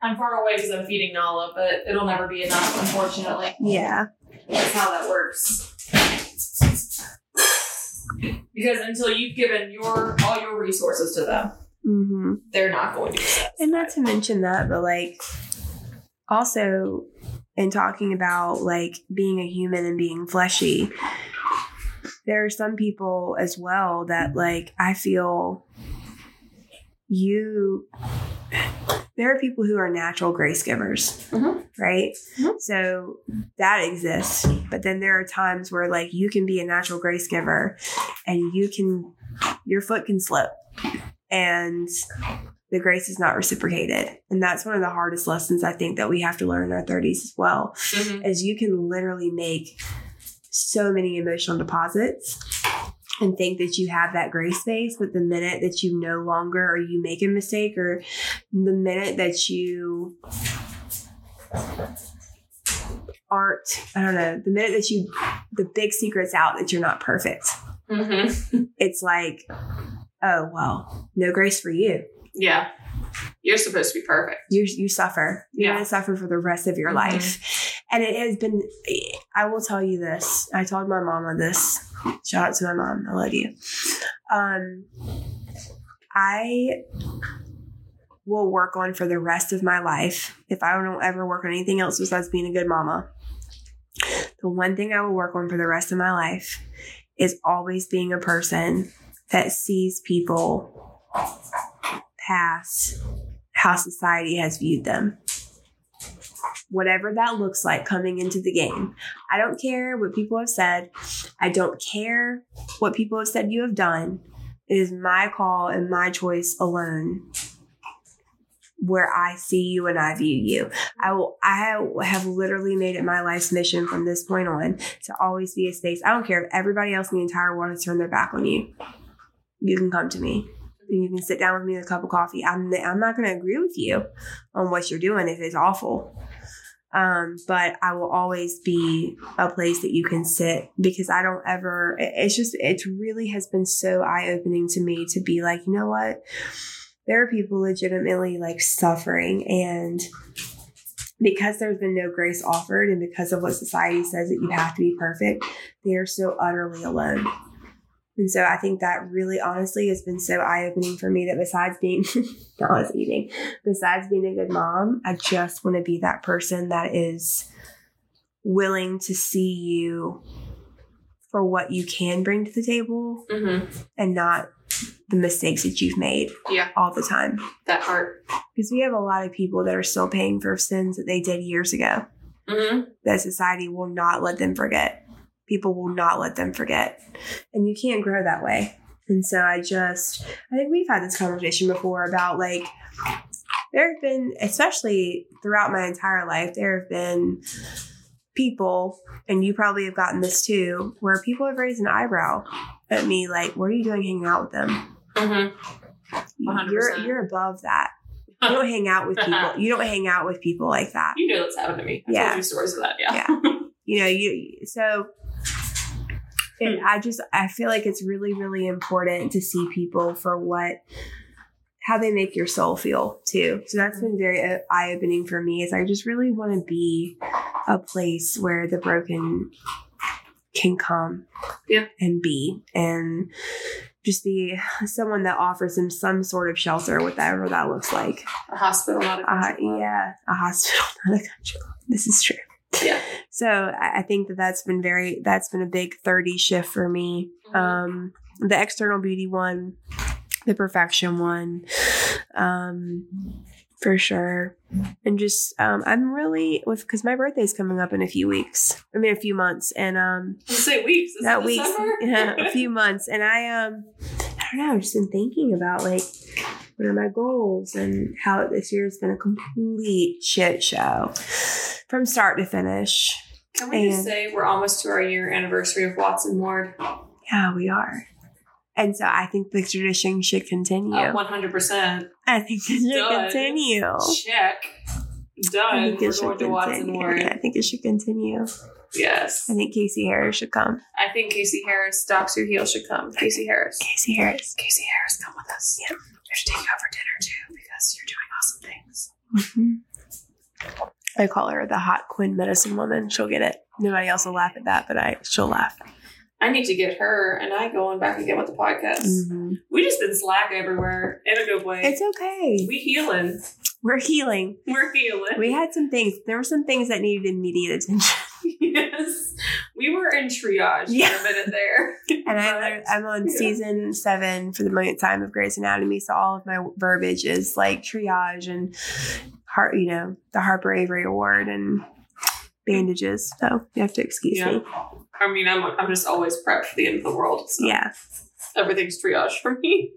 Speaker 1: I'm far away because I'm feeding Nala, but it'll never be enough, unfortunately.
Speaker 2: Yeah.
Speaker 1: That's how that works. Because until you've given your all your resources to them,
Speaker 2: Mm-hmm.
Speaker 1: they're not going to. Be
Speaker 2: And not to mention that, but like also in talking about like being a human and being fleshy, there are some people as well that like I feel you there are people who are natural grace givers,
Speaker 1: Mhm.
Speaker 2: right?
Speaker 1: Mhm.
Speaker 2: So that exists. But then there are times where, like, you can be a natural grace giver and you can, your foot can slip and the grace is not reciprocated. And that's one of the hardest lessons I think that we have to learn in our 30s as well
Speaker 1: Mhm.
Speaker 2: is you can literally make so many emotional deposits and think that you have that gray space but the minute that you no longer or you make a mistake or the minute that you aren't i don't know the minute that you the big secret's out that you're not perfect
Speaker 1: Mhm.
Speaker 2: it's like oh well no grace for you
Speaker 1: Yeah. You're supposed to be perfect.
Speaker 2: you you suffer. You're
Speaker 1: Yeah.
Speaker 2: gonna suffer for the rest of your
Speaker 1: Mhm.
Speaker 2: life. And it has been I will tell you this. I told my mama this. Shout out to my mom. I love you. Um I will work on for the rest of my life if I don't ever work on anything else besides being a good mama. The one thing I will work on for the rest of my life is always being a person that sees people past how society has viewed them. Whatever that looks like coming into the game. I don't care what people have said. I don't care what people have said you have done. It is my call and my choice alone where I see you and I view you. I will I have literally made it my life's mission from this point on to always be a space. I don't care if everybody else in the entire world has turned their back on you. You can come to me and you can sit down with me with a cup of coffee. I'm I'm not going to agree with you on what you're doing if it's awful. Um, but I will always be a place that you can sit because I don't ever. it- It's just it really has been so eye opening to me to be like, you know what? There are people legitimately like suffering and. Because there's been no grace offered, and because of what society says that you have to be perfect, they are so utterly alone. And so I think that really honestly has been so eye opening for me that besides being that was eating, besides being a good mom, I just want to be that person that is willing to see you for what you can bring to the table
Speaker 1: Mm-hmm.
Speaker 2: and not the mistakes that you've made
Speaker 1: Yeah.
Speaker 2: all the time.
Speaker 1: That part.
Speaker 2: Because we have a lot of people that are still paying for sins that they did years ago
Speaker 1: hmm
Speaker 2: that society will not let them forget. People will not let them forget. And you can't grow that way. And so I just, I think we've had this conversation before about like, there have been, especially throughout my entire life, there have been people, and you probably have gotten this too, where people have raised an eyebrow at me, like, what are you doing hanging out with them?
Speaker 1: hmm
Speaker 2: You're
Speaker 1: 100%.
Speaker 2: you're above that. You don't hang out with people. You don't hang out with people like that.
Speaker 1: You know that's happened to me. I
Speaker 2: Yeah.
Speaker 1: told you stories of that. Yeah.
Speaker 2: you know you so and i just i feel like it's really really important to see people for what how they make your soul feel too so that's been very uh, eye-opening for me is i just really want to be a place where the broken can come
Speaker 1: Yeah.
Speaker 2: and be and just be someone that offers them some sort of shelter whatever that looks like
Speaker 1: A hospital, not a
Speaker 2: uh,
Speaker 1: country club.
Speaker 2: yeah, a hospital, not a country club. This is true.
Speaker 1: Yeah.
Speaker 2: So I I think that that's been very that's been a big thirty shift for me.
Speaker 1: Mm-hmm.
Speaker 2: Um, the external beauty one, the perfection one, um, for sure, and just um, I'm really with because my birthday's coming up in a few weeks. I mean, a few months, and um,
Speaker 1: You say weeks. Is
Speaker 2: that
Speaker 1: it
Speaker 2: weeks,
Speaker 1: December?
Speaker 2: yeah, a few months, and I um, I don't know, I've just been thinking about like what are my goals and how this year has been a complete shit show from start to finish.
Speaker 1: Can we just
Speaker 2: And-
Speaker 1: say we're almost to our year anniversary of Watson Ward? Uh,
Speaker 2: Yeah, we are, and so I think the tradition should continue.
Speaker 1: Uh, 100%.
Speaker 2: I think it should
Speaker 1: Done.
Speaker 2: continue.
Speaker 1: Check.
Speaker 2: Oh. I
Speaker 1: Done.
Speaker 2: think
Speaker 1: We're
Speaker 2: it should
Speaker 1: going to Watson
Speaker 2: continue.
Speaker 1: Ward.
Speaker 2: I think it should continue.
Speaker 1: Yes.
Speaker 2: I think Casey Harris should come.
Speaker 1: I think Casey Harris, Doctor Heel should come. Casey Harris.
Speaker 2: Casey Harris.
Speaker 1: Casey Harris, come with us. Yeah. There's takeout for dinner too because you're doing awesome things.
Speaker 2: Mhm. I call her the hot Quinn medicine woman. She'll get it. Nobody else will laugh at that, but I she'll laugh.
Speaker 1: I need to get her and I going back again with the podcast. We just been slack everywhere in a good way.
Speaker 2: Mm. It's okay.
Speaker 1: we healing.
Speaker 2: We're healing.
Speaker 1: We're healing.
Speaker 2: We had some things. There were some things that needed immediate attention.
Speaker 1: yes. We were in triage
Speaker 2: Yeah.
Speaker 1: for a minute there.
Speaker 2: And I, learned-
Speaker 1: Correct.
Speaker 2: I'm on
Speaker 1: Yeah.
Speaker 2: season seven for the millionth time of Grey's Anatomy, so all of my verbiage is like triage and heart, you know, the Harper Avery Award and bandages. So you have to excuse
Speaker 1: Yeah.
Speaker 2: me.
Speaker 1: I mean, I'm I'm just always prepped for the end of the world. So
Speaker 2: Yeah,
Speaker 1: everything's triage for me.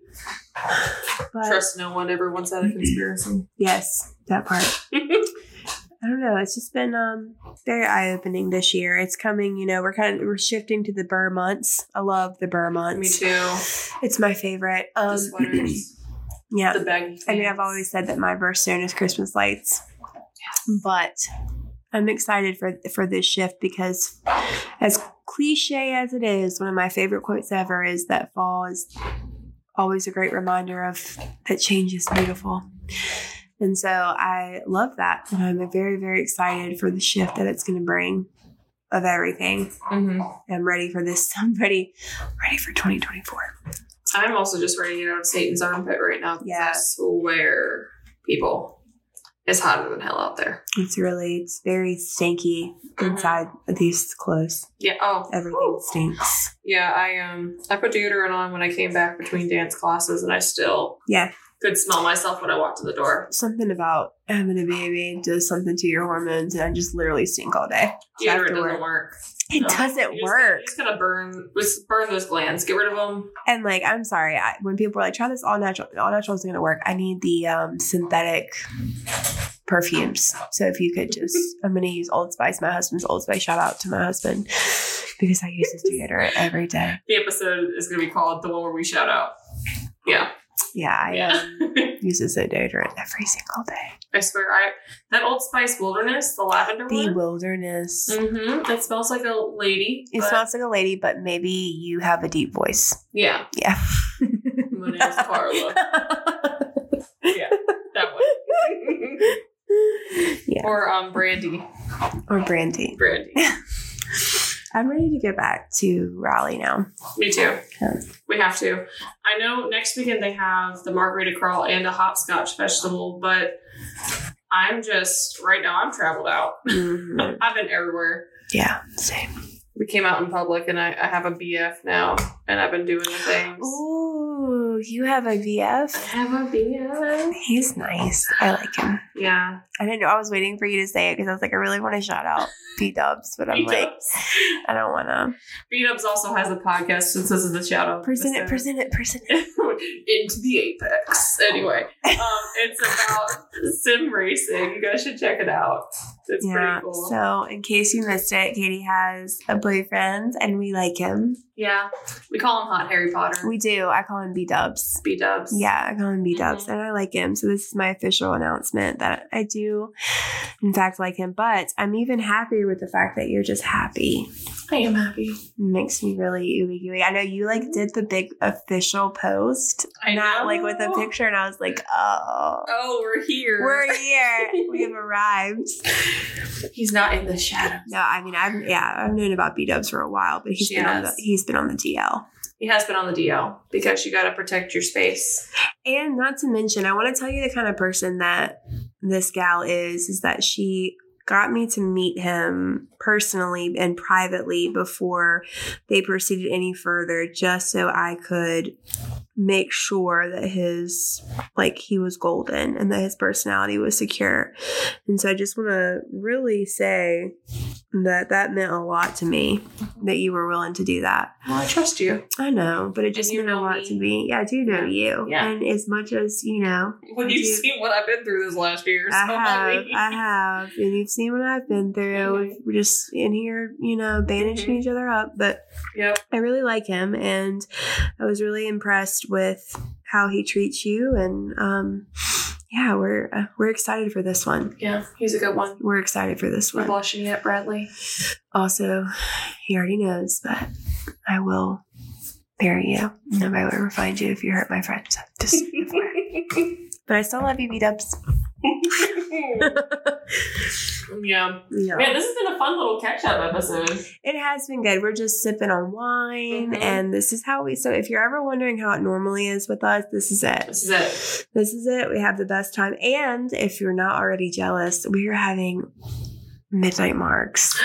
Speaker 2: but
Speaker 1: Trust no one. Everyone's had a conspiracy.
Speaker 2: yes, that part. I don't know. It's just been um very eye opening this year. It's coming, you know. We're kind of we're shifting to the burr months. I love the burr months.
Speaker 1: me too.
Speaker 2: It's my favorite.
Speaker 1: The
Speaker 2: Um,
Speaker 1: sweaters,
Speaker 2: yeah,
Speaker 1: the baggy.
Speaker 2: I mean, I've always said that my birthstone is Christmas lights, but I'm excited for for this shift because, as cliche as it is, one of my favorite quotes ever is that fall is always a great reminder of that change is beautiful. And so I love that, and I'm very very excited for the shift that it's going to bring of everything.
Speaker 1: hmm
Speaker 2: I'm ready for this. I'm ready, ready for 2024.
Speaker 1: I'm also just ready to get out of Satan's armpit right now. 'cause
Speaker 2: Yeah.
Speaker 1: I swear, people, it's hotter than hell out there.
Speaker 2: It's really it's very stanky inside of these clothes.
Speaker 1: Yeah. Oh,
Speaker 2: Everything
Speaker 1: whew.
Speaker 2: stinks.
Speaker 1: Yeah, I um I put deodorant on when I came back between dance classes, and I still
Speaker 2: Yeah,
Speaker 1: could smell myself when I walked to the door.
Speaker 2: something about having a baby does something to your hormones, and I just literally stink all day.
Speaker 1: Deodorant
Speaker 2: After
Speaker 1: doesn't
Speaker 2: work.
Speaker 1: work.
Speaker 2: It
Speaker 1: No.
Speaker 2: doesn't
Speaker 1: You just-
Speaker 2: work.
Speaker 1: You just gotta burn, just burn those glands. Get rid of them.
Speaker 2: And like, I'm sorry I, when people are like, "Try this all natural." All natural isn't gonna work. I need the um, synthetic perfumes. So if you could just, I'm gonna use Old Spice. My husband's Old Spice. Shout out to my husband because I use his deodorant every day.
Speaker 1: The episode is gonna be called the one where we shout out. Yeah.
Speaker 2: Yeah, I
Speaker 1: yeah.
Speaker 2: um, use his deodorant every single day.
Speaker 1: I swear, I that Old Spice Wilderness, the lavender
Speaker 2: The
Speaker 1: one.
Speaker 2: wilderness.
Speaker 1: Mm-hmm. It smells like a lady.
Speaker 2: It
Speaker 1: but-
Speaker 2: sounds like a lady, but maybe you have a deep voice.
Speaker 1: Yeah.
Speaker 2: Yeah.
Speaker 1: My name's Carla. Yeah. That one.
Speaker 2: yeah.
Speaker 1: or um, Brandy.
Speaker 2: Or brandy.
Speaker 1: Brandy.
Speaker 2: I'm ready to get back to Raleigh now.
Speaker 1: Me too.
Speaker 2: Okay.
Speaker 1: We have to. I know next weekend they have the margarita crawl and a hopscotch vegetable, but I'm just right now. I'm traveled out.
Speaker 2: Mm-hmm. Mm.
Speaker 1: I've been everywhere.
Speaker 2: Yeah, same.
Speaker 1: We came out in public, and I, I have a BF now, and I've been doing the things.
Speaker 2: Oh. Ooh, you have a
Speaker 1: I
Speaker 2: VF?
Speaker 1: have a BF.
Speaker 2: He's nice. I like him.
Speaker 1: Yeah.
Speaker 2: I didn't know. I was waiting for you to say it because I was like, I really want to shout out B Dubs, but I'm like, I don't want to.
Speaker 1: B Dubs also has a podcast since this is the shout out.
Speaker 2: Present it,
Speaker 1: episode.
Speaker 2: present it, present it.
Speaker 1: Into the apex. Anyway, um, it's about sim racing. You guys should check it out. It's
Speaker 2: Yeah.
Speaker 1: pretty cool.
Speaker 2: So, in case you missed it, Katie has a boyfriend and we like him.
Speaker 1: yeah, we call him Hot Harry Potter.
Speaker 2: We do. I call him B Dubs.
Speaker 1: B Dubs.
Speaker 2: Yeah, I call him B Dubs,
Speaker 1: Mhm.
Speaker 2: and I like him. So this is my official announcement that I do, in fact, like him. But I'm even happier with the fact that you're just happy.
Speaker 1: I am happy.
Speaker 2: makes me really ooey gooey. I know you like did the big official post,
Speaker 1: Mm-hmm. I
Speaker 2: not
Speaker 1: know.
Speaker 2: like with a picture, and I was like, oh,
Speaker 1: Oh, we're here.
Speaker 2: we're here, we have arrived.
Speaker 1: He's not in the shadow.
Speaker 2: No, I mean, I've yeah, I've known about B Dubs for a while, but he's
Speaker 1: She
Speaker 2: been on the
Speaker 1: has.
Speaker 2: he's been on the DL.
Speaker 1: He has been on the DL because you got to protect your space.
Speaker 2: And not to mention, I want to tell you the kind of person that this gal is, is that she got me to meet him personally and privately before they proceeded any further, just so I could make sure that his like he was golden and that his personality was secure. And so I just want to really say that that meant a lot to me that you were willing to do that.
Speaker 1: Well, I trust you.
Speaker 2: I know, but it just
Speaker 1: you
Speaker 2: meant a
Speaker 1: know
Speaker 2: lot
Speaker 1: me.
Speaker 2: to me. Yeah, I do know you.
Speaker 1: Yeah.
Speaker 2: And as much as, you know,
Speaker 1: Well,
Speaker 2: I
Speaker 1: you've
Speaker 2: do.
Speaker 1: seen what I've been through this last year. So
Speaker 2: I have,
Speaker 1: mean-
Speaker 2: I have. And you've seen what I've been through. We're just in here, you know, bandaging
Speaker 1: Mhm.
Speaker 2: each other up. But
Speaker 1: Yep.
Speaker 2: I really like him. And I was really impressed with how he treats you. And um, yeah, we're, uh, we're excited for this one.
Speaker 1: Yeah, he's a good one.
Speaker 2: We're excited for this
Speaker 1: You
Speaker 2: one.
Speaker 1: blushing yet, Bradley?
Speaker 2: Also, he already knows, but I will bury you. Nobody will ever find you if you hurt my friends. Just But I still love you, beat ups.
Speaker 1: yeah. Man, this has been a fun little catch up episode.
Speaker 2: It has been good. We're just sipping on wine,
Speaker 1: Mhm.
Speaker 2: and this is how we. So, if you're ever wondering how it normally is with us, this is it.
Speaker 1: This is it.
Speaker 2: This is it. We have the best time. And if you're not already jealous, we are having midnight marks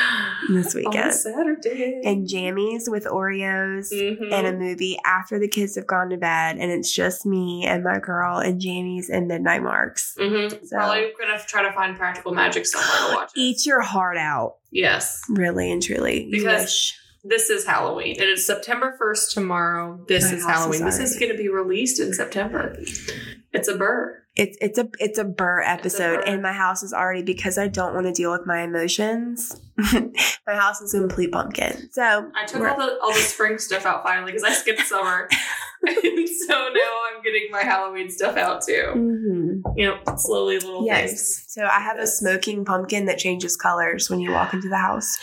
Speaker 2: this
Speaker 1: on
Speaker 2: weekend.
Speaker 1: Saturday.
Speaker 2: And jammies with Oreos
Speaker 1: Mhm.
Speaker 2: and a movie after the kids have gone to bed, and it's just me and my girl and jammies and midnight marks.
Speaker 1: Mhm.
Speaker 2: So
Speaker 1: Probably gonna try to find Practical Magic somewhere to watch. It.
Speaker 2: eat your heart out,
Speaker 1: Yes,
Speaker 2: really and truly. You
Speaker 1: Because
Speaker 2: wish.
Speaker 1: this is Halloween. It is September first tomorrow. This
Speaker 2: My
Speaker 1: is
Speaker 2: house is
Speaker 1: Halloween. this is
Speaker 2: already-
Speaker 1: gonna be released in September. It's a burr.
Speaker 2: It's it's a it's a burr episode,
Speaker 1: burr.
Speaker 2: and my house is already because I don't want to deal with my emotions. my house is a complete pumpkin. So
Speaker 1: I took
Speaker 2: we're-
Speaker 1: all the all the spring stuff out finally because I skipped summer, and so now I'm getting my Halloween stuff out too.
Speaker 2: Mhm.
Speaker 1: You know, slowly little
Speaker 2: Yes.
Speaker 1: things.
Speaker 2: So I have a smoking pumpkin that changes colors when you walk into the house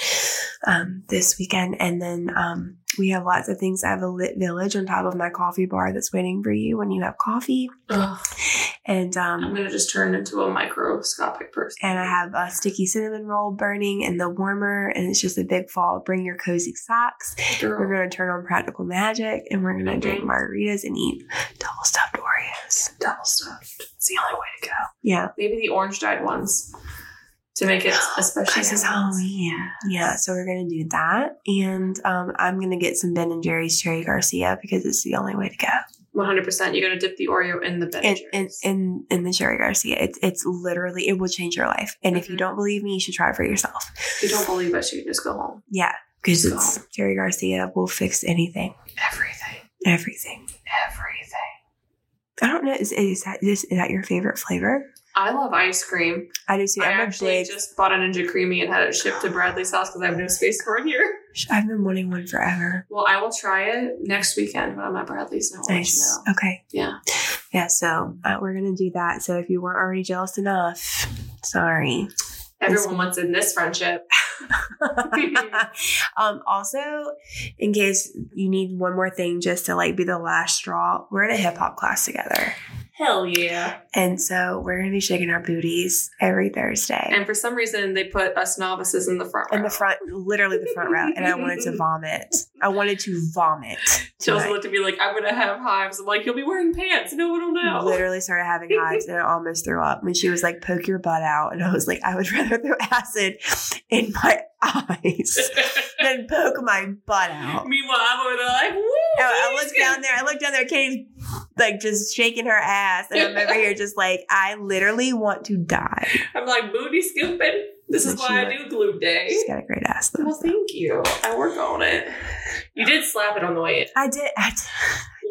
Speaker 2: um, this weekend, and then um, we have lots of things. I have a lit village on top of my coffee bar that's waiting for you when you have coffee,
Speaker 1: Ugh,
Speaker 2: and
Speaker 1: I'm
Speaker 2: um,
Speaker 1: gonna just turn into a microscopic person.
Speaker 2: and I have a sticky cinnamon roll burning in the warmer, and it's just a big fall. Bring your cozy socks. We're
Speaker 1: Girl.
Speaker 2: gonna turn on practical magic, and we're gonna drink
Speaker 1: Mhm.
Speaker 2: margaritas and eat double stuffed Oreos.
Speaker 1: double stuffed. It's the only way to go.
Speaker 2: Yeah,
Speaker 1: Maybe the orange dyed ones to make it especially.
Speaker 2: Because it's Halloween. Yeah, so we're gonna do that, and um, I'm gonna get some Ben and Jerry's Cherry Garcia because it's the only way to go.
Speaker 1: One hundred percent. You're gonna dip the Oreo in the Ben
Speaker 2: And and and, and the Cherry Garcia, it's it's literally it will change your life. And if you
Speaker 1: Mhm.
Speaker 2: don't believe me, you should try it for yourself.
Speaker 1: If you don't believe us, you can just go home.
Speaker 2: Yeah, because
Speaker 1: So-
Speaker 2: it's Cherry Garcia will fix anything,
Speaker 1: Everything.
Speaker 2: everything.
Speaker 1: Everything.
Speaker 2: I don't know. Is, is that this is that your favorite flavor?
Speaker 1: I love ice cream.
Speaker 2: I do too.
Speaker 1: I
Speaker 2: I'm a
Speaker 1: actually
Speaker 2: big.
Speaker 1: just bought a Ninja Creamy and had it shipped to Bradley's house because I have no space for it here.
Speaker 2: I've been wanting one forever.
Speaker 1: Well, I will try it next weekend when I'm at Bradley's and I'll
Speaker 2: Nice.
Speaker 1: let you know.
Speaker 2: Okay.
Speaker 1: Yeah.
Speaker 2: Yeah. So uh, we're gonna do that. So if you weren't already jealous enough, sorry.
Speaker 1: Everyone wants in this friendship.
Speaker 2: um, also, in case you need one more thing just to like be the last straw, we're in a hip hop class together.
Speaker 1: Hell yeah.
Speaker 2: And so we're gonna be shaking our booties every Thursday.
Speaker 1: And for some reason, they put us novices in the front row.
Speaker 2: In the front, literally the front row. And I wanted to vomit. I wanted to vomit.
Speaker 1: Chills
Speaker 2: tonight.
Speaker 1: looked at me like, I'm gonna have hives. I'm like, you'll be wearing pants. No one will know.
Speaker 2: Literally started having hives and I almost threw up when she was like, poke your butt out. And I was like, I would rather throw acid in my eyes than poke my butt out.
Speaker 1: Meanwhile, I'm over there like, woo!
Speaker 2: I, I
Speaker 1: he's
Speaker 2: looked
Speaker 1: gonna-
Speaker 2: down there. I looked down there. Katie's like just shaking her ass, and I'm over here just like I literally want to die.
Speaker 1: I'm like, booty scooping. This is
Speaker 2: And
Speaker 1: why I
Speaker 2: she
Speaker 1: do glue day.
Speaker 2: She's got a great ass though.
Speaker 1: Well, thank you. I work on it. You did slap it on the way in.
Speaker 2: I did. I did.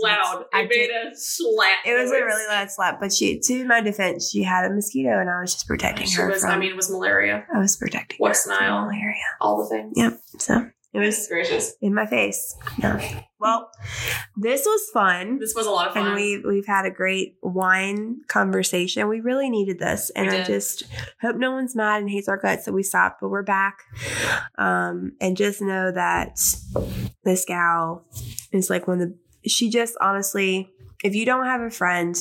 Speaker 1: Loud.
Speaker 2: I
Speaker 1: I made a slap.
Speaker 2: It was a
Speaker 1: noise.
Speaker 2: really loud slap, but she, to my defense, she had a mosquito, and I was just protecting
Speaker 1: She
Speaker 2: her
Speaker 1: was,
Speaker 2: from.
Speaker 1: I mean, it was malaria.
Speaker 2: I was protecting
Speaker 1: West
Speaker 2: her from
Speaker 1: Nile.
Speaker 2: malaria.
Speaker 1: All the things.
Speaker 2: Yep. So it
Speaker 1: Goodness
Speaker 2: was
Speaker 1: gracious.
Speaker 2: in my face. No. Well, this was fun.
Speaker 1: This was a lot of fun.
Speaker 2: And we we've had a great wine conversation. We really needed this, and
Speaker 1: We
Speaker 2: I
Speaker 1: did.
Speaker 2: just hope no one's mad and hates our guts that we stopped, but we're back. Um, and just know that this gal is like one of the. She just honestly, if you don't have a friend.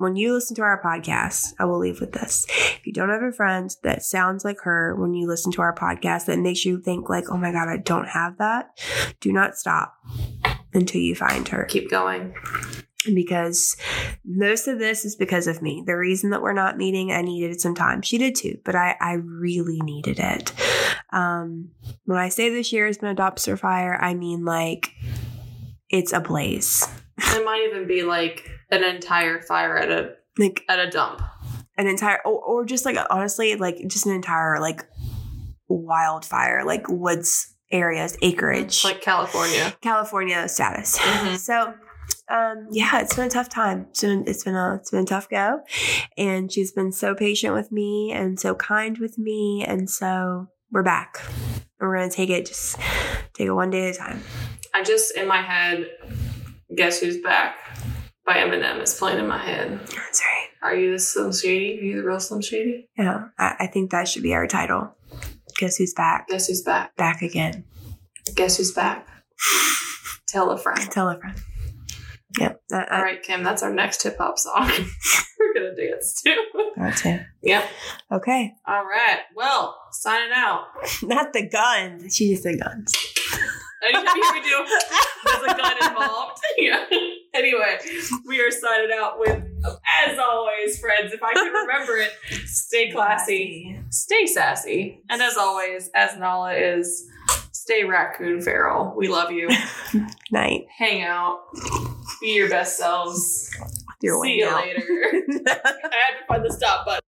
Speaker 2: When you listen to our podcast, I will leave with this. If you don't have a friend that sounds like her when you listen to our podcast that makes you think like, "Oh my god, I don't have that." Do not stop until you find her
Speaker 1: keep going.
Speaker 2: because most of this is because of me. The reason that we're not meeting, I needed some time. She did too, but I, I really needed it. Um, when I say this year has been a dumpster fire, I mean like it's a blaze.
Speaker 1: It might even be like an entire fire at a
Speaker 2: Like
Speaker 1: at a dump.
Speaker 2: an entire, or, or just like honestly, like just an entire like wildfire, like woods areas, acreage,
Speaker 1: Like California.
Speaker 2: California status.
Speaker 1: Mhm.
Speaker 2: So um yeah, it's been a tough time. It's been it's been a it's been a tough go. And she's been so patient with me and so kind with me. And so we're back. And we're gonna take it just take it one day at a time.
Speaker 1: I just in my head, guess who's back by Eminem is playing in my head.
Speaker 2: That's right.
Speaker 1: Are you the Slim Shady? Are you the real Slim Shady?
Speaker 2: Yeah. I, I think that should be our title. Guess who's back?
Speaker 1: Guess who's back?
Speaker 2: Back again.
Speaker 1: Guess who's back? Tell a friend.
Speaker 2: Tell a friend. Yep. Uh, That,
Speaker 1: All right, Kim, that's our next hip hop song. We're gonna dance too.
Speaker 2: That's it.
Speaker 1: yep.
Speaker 2: Okay.
Speaker 1: All right. Well, signing out.
Speaker 2: Not the guns. She just said guns.
Speaker 1: Anytime you do, there's a gun involved. Yeah. Anyway, we are signing out with, as always, friends. If I can remember it, stay classy, stay sassy, and as always, as Nala is, stay raccoon feral. We love you.
Speaker 2: Night.
Speaker 1: Hang out. Be your best selves.
Speaker 2: Your
Speaker 1: See
Speaker 2: way
Speaker 1: you
Speaker 2: out.
Speaker 1: later. I had to find the stop button.